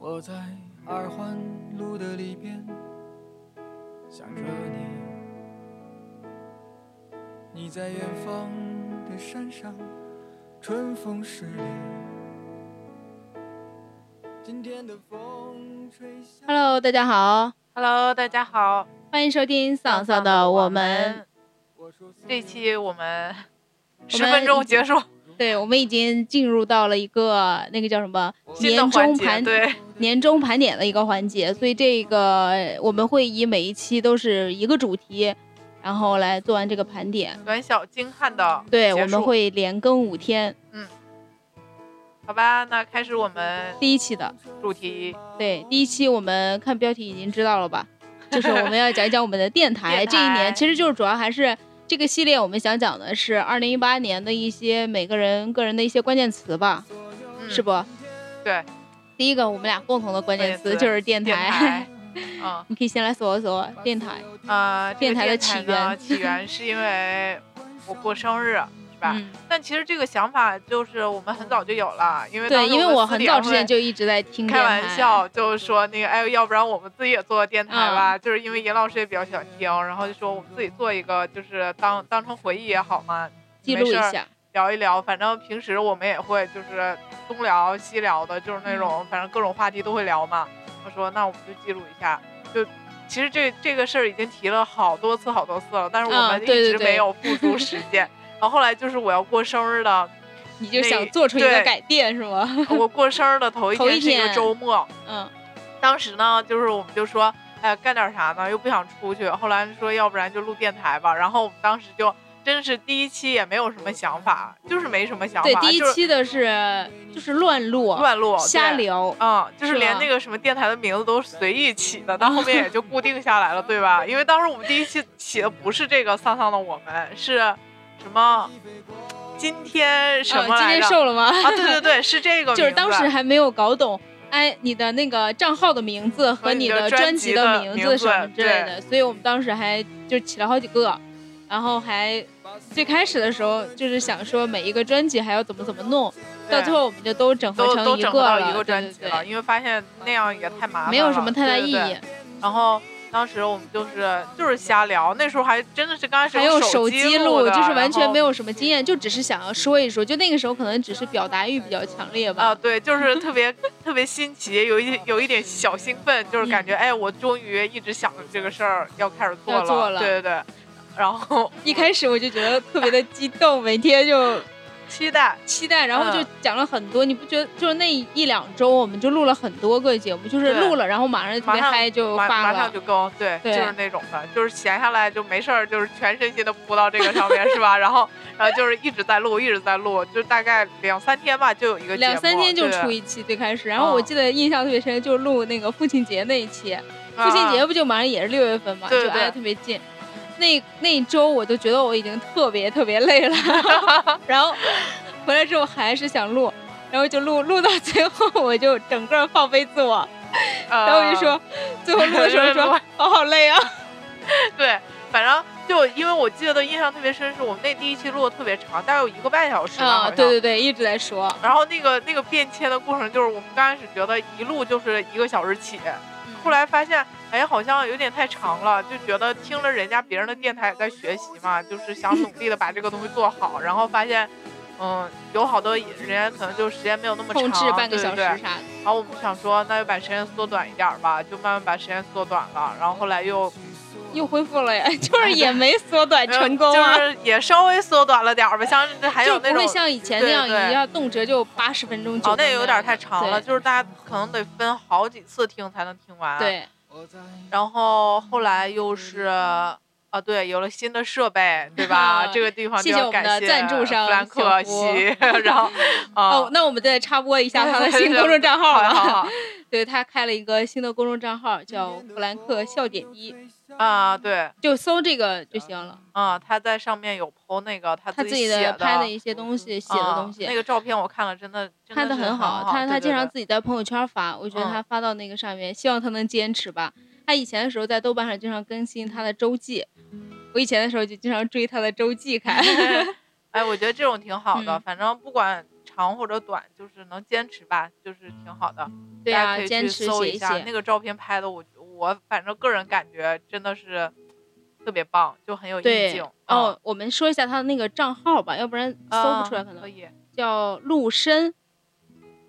坐在二环路的里边，想着你。你在远方的山上，春风十里。今天的风吹向。 Hello，大家好， Hello，大家好，欢迎收听丧丧的我们。我说四这期我 们我十们分钟结束对，我们已经进入到了一个那个叫什么新的年环终节，盘对，年终盘点的一个环节，所以这个我们会以每一期都是一个主题，然后来做完这个盘点。短小精悍的对，结我们束会连更五天，好吧？那开始我们第一期的。主题，对，哦第一期我们看标题已经知道了吧？就是我们要讲一讲我们的 电台电台这一年，其实就是主要还是这个系列，我们想讲的是二零一八年的一些每个人个人的一些关键词吧，嗯、是不？对，第一个我们俩共同的关键关词键词就是电电台， 嗯你可以先来搜一搜电台，呃，这电个台的电起台呢源 起源是因为我过生日，是吧？嗯，但其实这个想法就是我们很早就有了，因为当对，时因为我我们私很底早下之会前就一直在听开嗯电玩台，笑，就是说那个，哎，要不然我们自己也做个电台嗯吧，就是因为严老师也比较喜欢听，然后就说我们自己做一个，就是当当成回忆也好嘛，记没录一事儿下，聊一聊。反正平时我们也会就是东聊西聊的，就是那种嗯反正各种话题都会聊嘛。我说那我们就记录一下，就其实这这个事儿已经提了好多次好多次了，但是我嗯们一对对直对没有付诸实 践。然后后来就是我要过生日了，你就那想做出一个对改变是吗？我过生日的头一头一天是一个天周末，嗯，当时呢，就是我们就说，哎，干点啥呢？又不想出去。后来说，要不然就录电台吧。然后我们当时就真是第一期也没有什么想法，就是没什么想法，对，第一就是期的是就是乱录，乱录瞎。对聊，嗯，就是是连吧那个什么电台的名字都随意起的，到后面 也就固定下来了，对吧？因为当时我们第一期起的不是这个“丧丧的我们”，是什么？今天什嗯，么今来天着？瘦了吗？啊，对对对，是这个名 字。就是当时还没有搞懂，哎，你的那个账号的名字和和你你的的专专辑辑的名名字字什么之类的，所以我们当时还就起了好几个，然后还最开始的时候就是想说每一个专辑还要怎么怎么弄，对到最后我们就都整合都都成一整个不到一了，个专辑对了，对因为发现那样也太麻对，烦了，没有什么太大意义，对对对然后当时我们就是就是瞎聊，那时候还真的是刚开始还有手机录的，就是完全没有。有什么经验，就只是想要说一说，就那个时候可能只是表达欲比较强烈吧。啊，对，就是特别特别新奇，有一点有一点小兴奋，就是感觉、哎，我终于一直想着这个事儿要开始嗯做要了，做了对对对，然后 一开始我就觉得特别的激动，每天就期待，期待，然后就嗯讲了很多。你不觉得就是那一两周，我们就录了很多个节目，就是对录了，然后马上特别马上嗨就马发马了上。就更，对，对就是那种的，就是闲下来就没事儿，就是全身心的扑到这个上面，是吧？然后，然后就是一直在录，一直在录，就大概两三天吧，就有一个两三天就出一，一期，最开始，然嗯后我记得印象特别深，就是录那个父亲节那一期，啊父亲节不就马上也是六月份嘛，对就对挨得特别近。那那一周我就觉得我已经特别特别累 了，然后回来之后还是想录，然后就录录到最后我就整个放飞自我，呃然后我就说，最后录的 时候说录我好累啊，嗯对，反正就因为我记得印象特别深，是我们那第一期录的特别长，大概有一个半小时吧，好啊，像对对对，一直在说，然后那个那个变迁的过程，就是我们刚开始觉得一路就是一个小时起，后来发现，哎，好像有点太长了，就觉得听了人家别人的电台也在学习嘛，就是想努力的把这个东西做好，然后发现，嗯，有好多人家可能就时间没有那么长，控制半个小时对啥对的对。然后我们想说，那就把时间缩短一点儿吧，就慢慢把时间缩短了。然后后来又又恢复了呀， 就是也没缩短成功呃就啊，是也稍微缩短了点儿吧，像这还有就那不种会。像以前那对样对一样动辄就八十分钟、哦九，那有点太长了，对就是大家可能得分好几次听才能听完。，啊对，然后后嗯来又是啊，对，有了新的设备，对吧？这个地方谢就谢要我们感的赞助商弗兰克小夫西， 然后哦啊，，那我们再插播一下他的新公众账号好好啊，好 对他开了一个新的公众账号，叫弗兰克笑点一，啊，对就搜这个就行了。啊，他在上面有 PO 那个他他自自己写的拍的的一些东西，写的东啊西那。个照片我看了，真的真拍的的是很好，他对他对经常对自己在朋友圈发，我觉得嗯他发到那个上面，希望他能坚持吧。他以前的时候在豆瓣上经常更新他的周记，我以前 的时候就经常追他的周记看。 哎，我觉得这种挺好的，嗯反正不管。长或者短，就是能坚持吧，就是挺好的。对大家啊，可以坚去持搜写一一下写，那个照片拍的我，我反正个人感觉真的是特别棒，就很有意对境。哦，我们说一下他的那个账号吧，要不然嗯，搜不出来，可嗯能、可以。叫陆深，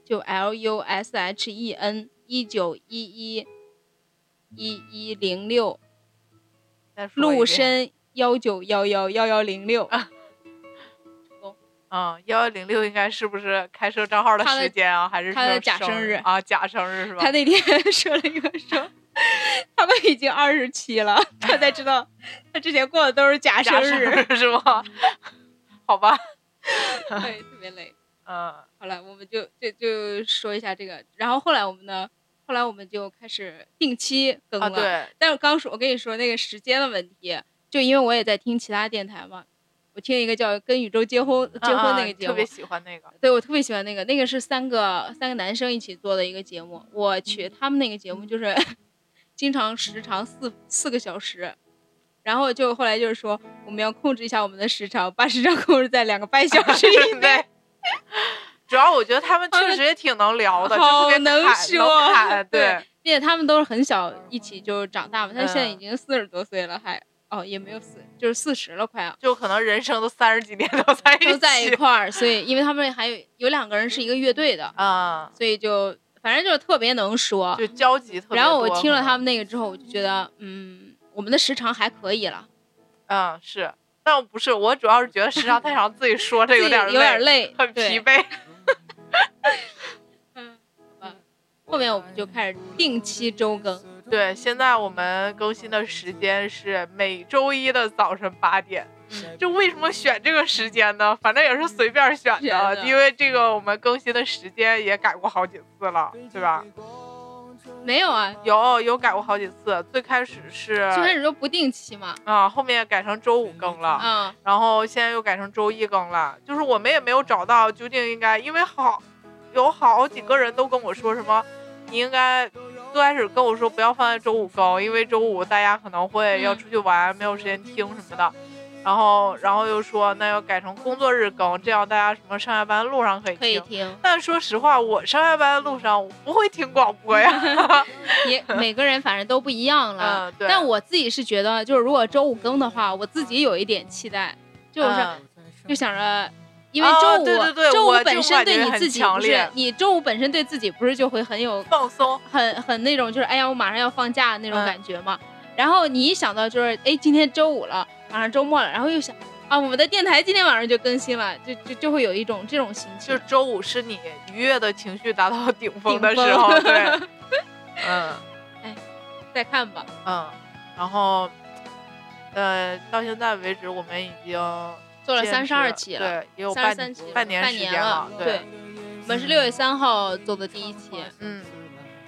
就 L U S H E N 一九一一一一零六，再说一陆遍，深幺九幺幺幺幺零六。嗯，幺幺零六应该是不是开设账号的他的时间啊？还是他的说假生生日啊？假生日是吧？他那天说了一个说，他们已经二十七 了，他才知道他之前过的都是假生假生日，日是吗？ 好吧，对，特别累。 嗯好了，我们就就就说一下这个，然后后来我们呢，后来我们就开始定期更啊，了。对，但是刚说，我跟你说那个时间的问题，就因为我也在听其他电台嘛，我听一个叫《跟宇宙结婚》结婚那嗯个嗯节特目，别喜 欢那个。对我特别喜欢那个，那个是三个三个男生一起做的一个节目。我去，他们那个节目就是 经常时长四四个小时，然后就后来就是说我们要控制一下我们的时长，把时长控制在两个半小时以内。对。主要我觉得他们他们确实也挺能聊的，就好特别能侃说 侃对对， 并且他们都是很小一起就是长大嘛，他现在已嗯经四十多岁了，还哦也没有四，就是四十了快要。啊就可能人生都三十几年都在一起，都在一块儿，所以因为他们还有有两个人是一个乐队的，啊、所以就反正就是特别能说。就交集特别多。然后我听了他们那个之后，我就觉得，嗯，我们的时长还可以了，可能，嗯，是，但不是，我主要是觉得时长太长，自己说这自己有有点点累，累，很疲对。惫。嗯，好吧后面我们就开始定期周更，对，现在我们更新的时间是每周一的早晨八点。就为什么选这个时间呢？反正也是随便选选的，的因为这个我们更新的时间也改过好几次了，嗯对吧？没有啊，有有改过好几次，最开始是最开始都不定期嘛，啊、后面改成周五更了，嗯，然后现在又改成周一更了。就是我们也没有找到究竟应该，因为好有好几个人都跟我说什么，你应该最开始跟我说不要放在周五更，因为周五大家可能会要嗯出去玩，没有时间听什么的。然后，然后又说那要改成工作日更，这样大家什么上下班路上可以可以听，但说实话，我上下班的路上我不会听广播嗯呀。 也每个人反正都不一样了。 嗯，对。但我自己是觉得，就是如果周五更的话，我自己有一点期待，就是嗯就想着，因为哦周五、对对对周五我这本种身感对觉你很自己强不是烈，你周五本身对自己不是就会很有放松，很很那种就是哎呀我马上要放假那种嗯感觉嘛。然后你一想到就是哎今天周五了，马上周末了，然后又想啊我们的电台今天晚上就更新了，就就就会有一种这种心就情是。周五是你愉悦的情绪达到顶峰的顶时峰候，对， 嗯再看吧，嗯，然后，呃，到现在为止，我们已经做了坚三十持二期了，对，也有半33期了半年半时年间了对啊对，我们是六月三号做的第一期，嗯。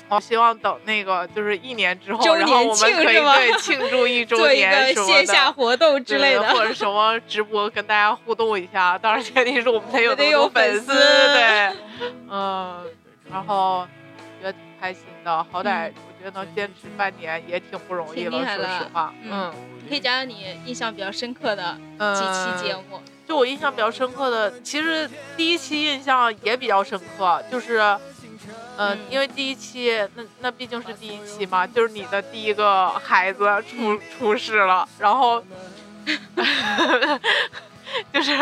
我希望等那个就是一年之后，周然后年我们庆可以是吗对庆祝一周做一个年什么线的下活动之类对的。或者什么直播跟大家互动一下。当然前提是我们得有得那么有多粉粉丝丝，对，嗯，然后觉得挺开心的，好嗯歹我觉得能坚持半年也挺不容易挺厉了，害说实了话，嗯嗯可以讲讲你印象比较深刻的嗯，几期节目，就我印象比较深刻的，其实第一期印象也比较深刻，就是，呃，嗯因为第一期那那毕竟是第一期嘛，就是你的第一个孩子出出世了，然后， 就是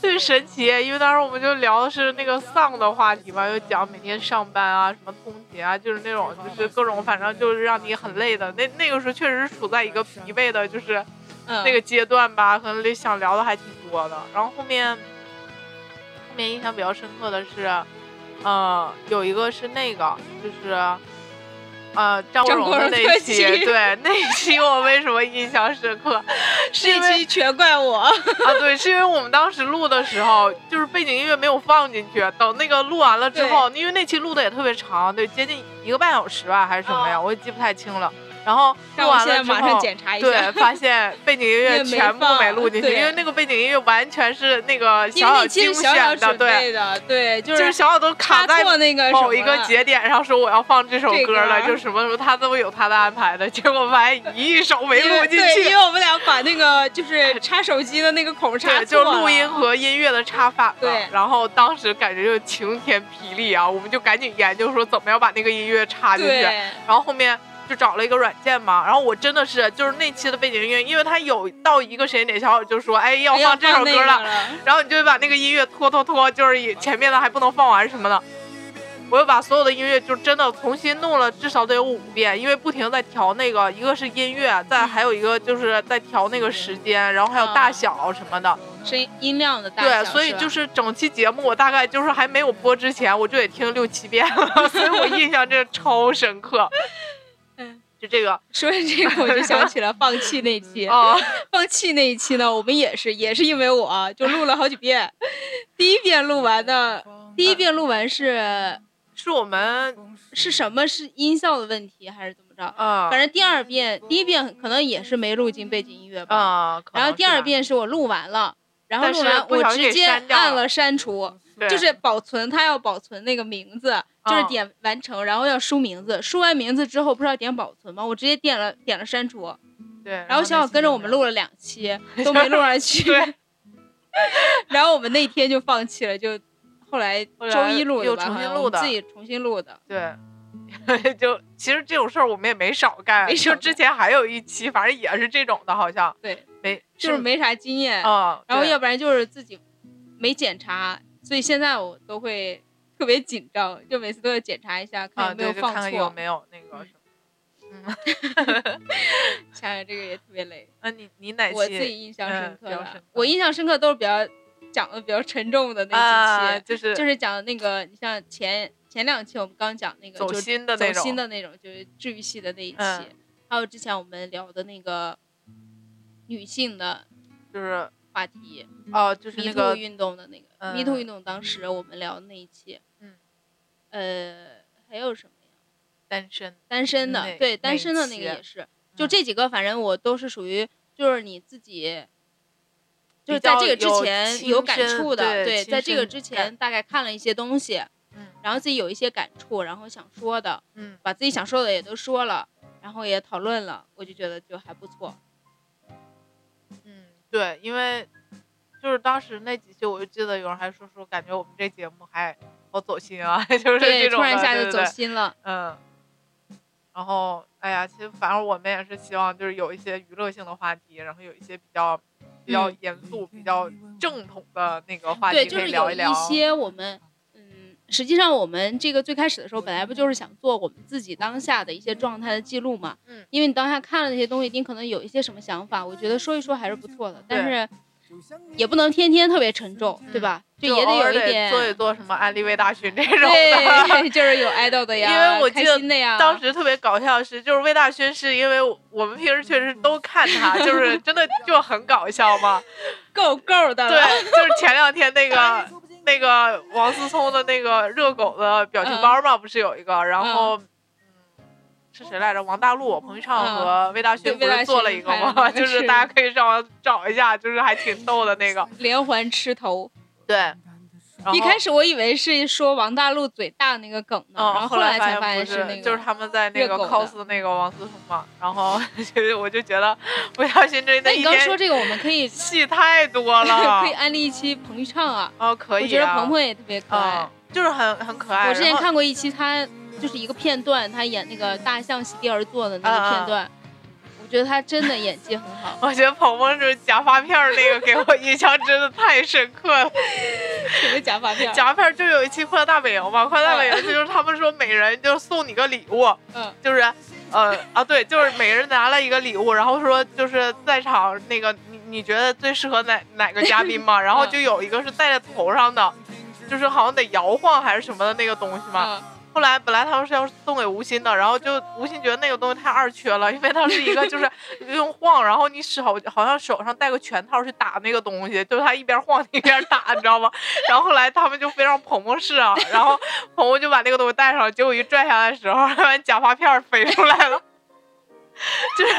特别神奇，因为当时我们就聊的是那个丧的话题嘛，就讲每天上班啊，什么通勤啊，就是那种就是各种反正就是让你很累的，那那个时候确实是处在一个疲惫的，就是。嗯，那个阶段吧，可能想聊的还挺多的。然后后面，后面印象比较深刻的是，呃，有一个是那个，就是，呃，张国张荣国的荣那特一期，辑对那一期我为什么印象深刻？是因这为期全怪 我。啊，对，是因为我们当时录的时候，就是背景音乐没有放进去。等那个录完了之后，因为那期录的也特别长，对，接近一个半小时吧，还是什么呀，哦我也记不太清了。然后让录我完现了在之马上后，检查一对，下。发现背 景音也乐没全部放没录进去，对因为那个背景音乐完全是那个因小为小你其精实小小选的，准对，备的，对，就就是是小小都他卡在做那个什某么一个了节点上，说我要放这首这歌了，歌就什么什么，他都有他的安排的，结果发现一首没因为录进对，因去为。我们俩家把那个就是插手机的那个孔插对，就错录了音和音乐的插反了。对然后当时感觉就晴天霹雳啊，我们就赶紧研究说怎么样把那个音乐插进去。然对，后后面就找了一个软件嘛，然后我真的是就是那期的背景音乐，因为它有到一个时间点，小友就说哎要哎呀放这首那歌个 了，了，然后你就把那个音乐拖拖拖，就是也前面的还不能放完什么的。我又把所有的音乐就真的重新弄了，至少得有五遍，因为不停在调那个，一个是音乐，再还有一个就是在调那个时间，然后还有大小什么的。声音音量的大小啊对，所以吧就是整期节目我大概就是还没有播之前，我就得听六七遍了， 所以我印象真的超深刻。 嗯，就这个说起这个，我就想起了放弃那期。 哦，放弃那一期呢，我们也是，也是因为我啊就录了好几遍。第一遍录完的，第一遍录完是是我们是什么？是音效的问题还是怎么着？嗯反正第二遍，第一遍可能也是没录进背景音乐吧。嗯，可能然后第是二吧遍是我录完了，然后但录是完不我小心直给接删掉按了嗯了删除，对就是保存，它要保存那个名字，就是嗯点完成，然后要输名字，输完名字之后不是要点保存吗？我直接点了点了删除，对，然后小小那期跟着就我们这样录了两 期，都没录上去。对 然后我们那天就放弃了，就后来后来周一录的又吧，重新好像我录们的自己重新录的。对， 就其实这种事儿我们也没少干，没少就之前还有一期，反正也是这种的，好像对，没就是没啥经验，啊、然后对要不然就是自己没检查，所以现在我都会特别紧张，就每次都要检查一下，看啊有没有对，就放看错。看有没有那个什么。想想这个也特别累。那你你哪期？嗯我自己印象深嗯刻比较的深刻，我印象深刻都是比较讲的比较沉重的那啊，几期，就是就是讲那个你像前前两期我们刚讲那个走就心的走那种，心的那种，就是治愈系的那一期，嗯还有之前我们聊的那个女性的就是话题，哦、就是嗯迷那途、个运动的那个、嗯迷途运动，当时我们聊的那一期，嗯，呃，还有什么呀？单身，单身的，那对，那一单身的那个期嗯也是，就这几个，反正我都是属于就是你自己。就是比较在这个之有前亲有感身触的，对对，亲在这个身之感前大概看了一些东西，嗯然后自己有一些感触，然后想说的，嗯，把自己想说的也都说了，然后也讨论了，我就觉得就还不错。嗯，对，因为就是当时那几期，我就记得有人还说说，感觉我们这节目还好走心啊， 就是这对，种突然一的下对就对走对心了。嗯，然后哎呀，其实反正我们也是希望就是有一些娱乐性的话题，然后有一些比较比较嗯严肃、比较正统的那个话对，题就可以是聊有一聊。些我们，嗯，实际上我们这个最开始的时候，本来不就是想做我们自己当下的一些状态的记录嘛？嗯因为你当下看了那些东西，你可能有一些什么想法，我觉得说一说还是不错的，但对是也不能天天特别沉重，对嗯吧？就就也偶有尔一得点，做一做什么安利微大勋这种的。对， 就是有爱豆的呀，因为我记开得心的呀，当时特别搞笑的是，就是魏大勋是因为我们平时确实都看他，就是真的就很搞 笑嘛。够够的了。对，就是前两天那个那个王思聪的那个热狗的表情嗯包嘛，不是有一个，然后。嗯是谁来着？王大陆、彭昱畅嗯和魏大对勋不是做了一个魏大吗？勋就是大家可以上网找一下，就是还挺逗的那个。连环吃头，对，嗯然后一开始我以为是说王大陆嘴大那个梗呢，嗯，然后后来才发发现不是那个，就是他们在那热个狗的 cos 那个王思聪嘛，然后 就是我就觉得魏大勋这那那你一刚说天这个，我们可以戏太多了 可以。安利一期彭昱畅啊，哦，啊可以啊。我觉得鹏鹏也特别可爱嗯。，就是很很可爱。我之前然后。看过一期他就是一个片段，他演那个大象席地而坐的那个片段，我觉得他真的演技很好我觉得鹏鹏是夹发片儿那个给我印象真的太深刻了。什么假发 片儿？夹发片儿就有一期《快乐大本营》嘛，《快乐大本营》就是他们说每人就送你个礼物，嗯就是呃啊对，就是每人拿了一个礼物，然后说就是在场那个你你觉得最适合哪哪个嘉宾嘛？嗯然后就有一个是戴在头上的，就是好像得摇晃还是什么的那个东西嘛。嗯，后来本来他们是要送给吴昕的，然后就吴昕觉得那个东西太二缺了，因为它是一个就是 用晃，然后你手好像手上戴个拳套去打那个东西，就是他一边晃一边打，你知道吗？ 然后后来他们就非让鹏鹏试啊，然后鹏鹏就把那个东西戴上了，结果一拽下来的时候，完假发片儿飞出来了， 就是。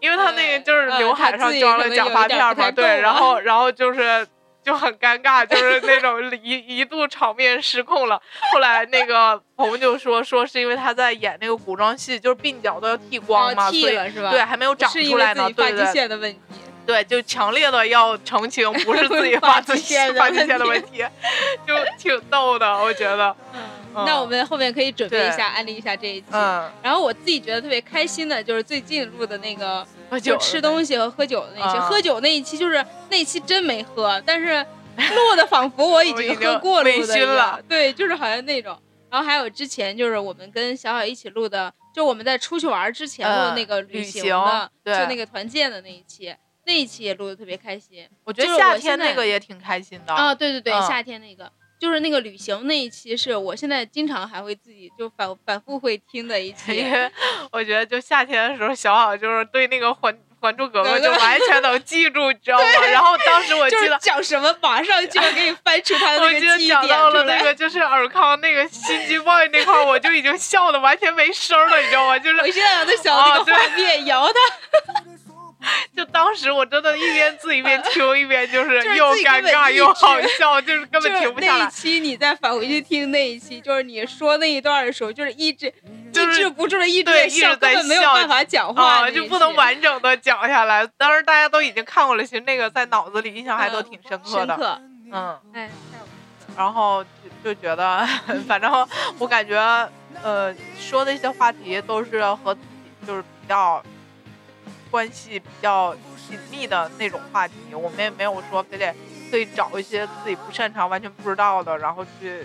因为他那个对就是呃刘他海上自己可装了能假有一发点片儿不太嘛，够对，然啊后然后就是就很尴尬，就是那种一一度场面失控了。后来那个朋友就说，说是因为他在演那个古装戏，就是鬓角都要剃光嘛，啊剃所以了是吧？对，还没有长是出因为来自呢。己发对际对线的问题。对，就强烈的要澄清，不是自己发发际际线线的发际问线的题问题，就挺逗的，我觉 得。嗯那我们后面可以准备一对下，安利一下这一期。嗯，然后我自己觉得特别开心的就是最近录的那个，喝酒就了吃呗东西和喝酒的那一期。啊喝酒那一期就是那一期真没喝，但是录的仿佛我已我经已喝经过微录的一醺样了。对，就是好像那种。然后还有之前就是我们跟小小一起录的，就我们在出去玩之前嗯录那个旅行行的，对就那个团建的那一期，那一期也录的特别开心。我觉就得是夏我天现那在个也挺开心的。啊、对对对，嗯夏天那个就是那个旅行那一期，是我现在经常还会自己就反反复会听的一因期。为我觉得就夏天的时候，小好就是对那个还《还珠格格对》就对完全能记住，你 知道吗？然后当时我就记是得，讲什么，马上就要给你翻出他的我那记个得记忆点讲到出了那来。个就是尔康那个心机 boy 那块儿，我就已经笑的完全没声儿了，你知道吗？就是我现在都想到那哦个对画面，摇他，就当时我真的一边自己一边听，一边就是就是又自己尴根本尬抑又好制笑，就是根就本是停不下那一来。期你再返回去听那一期，就是你说那一段的时候，就是抑制就抑是 制不住的抑制对在一笑，直在根本没有笑办法讲话啊，那一期，就不能完整的讲下来。当时大家都已经看过了，其实那个在脑子里印象还都嗯挺深刻深的。刻。嗯，哎，然后就就觉得， 反正我感觉，呃，说的一些话题都是和自己就是比较关系比较紧密的那种话题，我们也没有说非得特意找一些自己不擅长、完全不知道的，然后去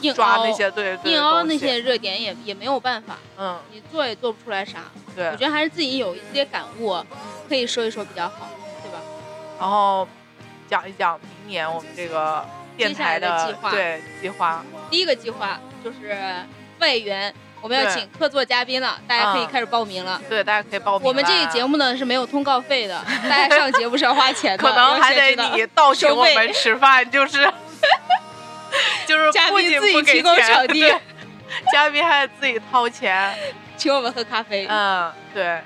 硬抓那凹些对对硬凹东那西，些热点也也没有办法，嗯，你做也做不出来啥。对。我觉得还是自己有一些感悟，可以说一说比较好，对吧？然后讲一讲明年我们这个电台接下来的计划对计划，第一个计划就是外援，我们要对啊请客座嘉宾了，大家可以开始报名了。对大家可以报名啦。我们这个节目呢是没有通告费的，大家上节目是要花钱的， 可能还得你倒请我收费们吃饭，就是就是 嘉不宾仅自己不给提供钱场地对嘉宾还得自己掏钱。 请我们喝咖啡。嗯，对，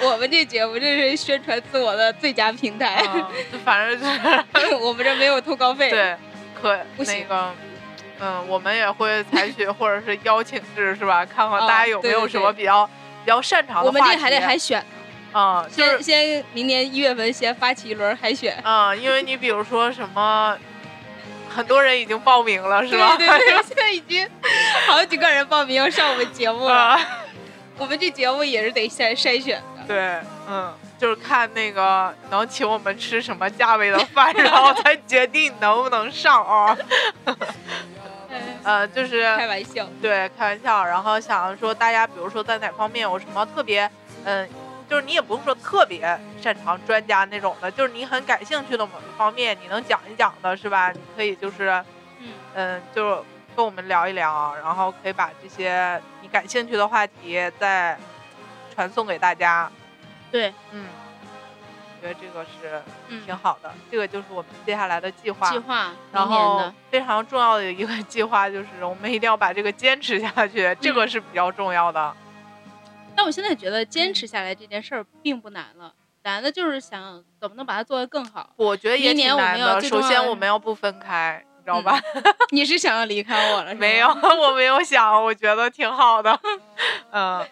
我们这节目这是宣传自我的最佳平台，嗯，就反正就 是我们这没有通告费。，嗯对，可不那行个。嗯，我们也会采取或者是邀请制，是吧？看看啊大家有没对有对什么对比较比较擅长的我们这话还得题海选，嗯，就是先先明年一月份先发起一轮海选。啊，因为你比如说什么，很多人已经报名了， 是吧？对对对，现在已经 好几个人报名要上我们节目了。啊，我们这节目也是得筛筛选的。对，嗯，就是看那个能请我们吃什么价位的饭， 然后才决定能不能上啊。哎呃，就是开玩笑，对，开玩笑，然后想说大家，比如说在哪方面有什么特别，嗯，就是你也不用说特别擅长专家那种的，就是你很感兴趣的某一方面，你能讲一讲的是吧？你可以就是，嗯嗯，就跟我们聊一聊，然后可以把这些你感兴趣的话题再传送给大家。对，嗯，我觉得这个是嗯，挺好的，这个就是我们接下来的计划。计划然明年后的，非常重要的一个计划就是，我们一定要把这个坚持下去，这个是比较重要的。。但我现在觉得坚持下来这件事儿并不难了，难的就是想怎么能把它做得更好 我觉得也挺明年难我们要的。嗯最首重要的先，我们要不分开，你知道吧？ 你是想要离开我了？是吗没有，， 我没有想，我觉得挺好的。嗯，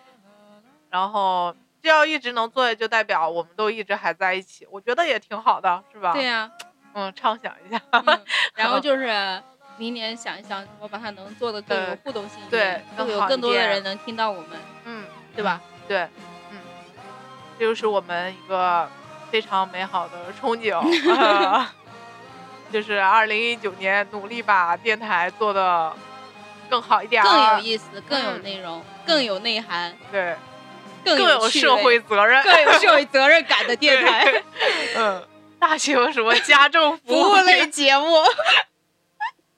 然后这要一直能做，就代表我们都一直还在一起，我觉得也挺好的，是吧？对 呀、嗯，畅想一下。嗯然后就是明年想一想怎么把它能做得更有对互动性一对点，会有更好更一多的点人能听到我们，嗯，对吧？对，嗯，这就是我们一个非常美好的憧憬，呃 就是二零一九年努力把电台做的更好一点更儿，有意思，更有啊嗯内容，更有内涵，对，更更有有趣社味会责任，更有社会责任感的电对 台嗯，大型什么家政服服务类，节目，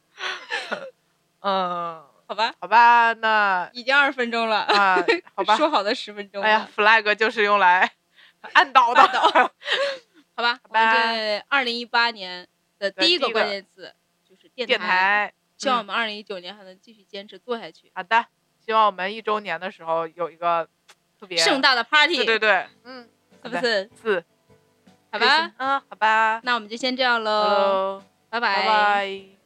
嗯，好吧？好吧， 那已经二十分钟了，啊，好吧，说好的十分钟了。哎呀，flag 就是用来按倒的，好吧，我吧们这二零一八年的对第一个第一个关键词就是电 电台，希望我嗯们二零一九年还能继续坚持做下去。好的，希望我们一周年的时候有一个特别盛大的 party，对对对，嗯，是不是？四好吧，嗯，好吧，那我们就先这样喽，喽，拜拜拜。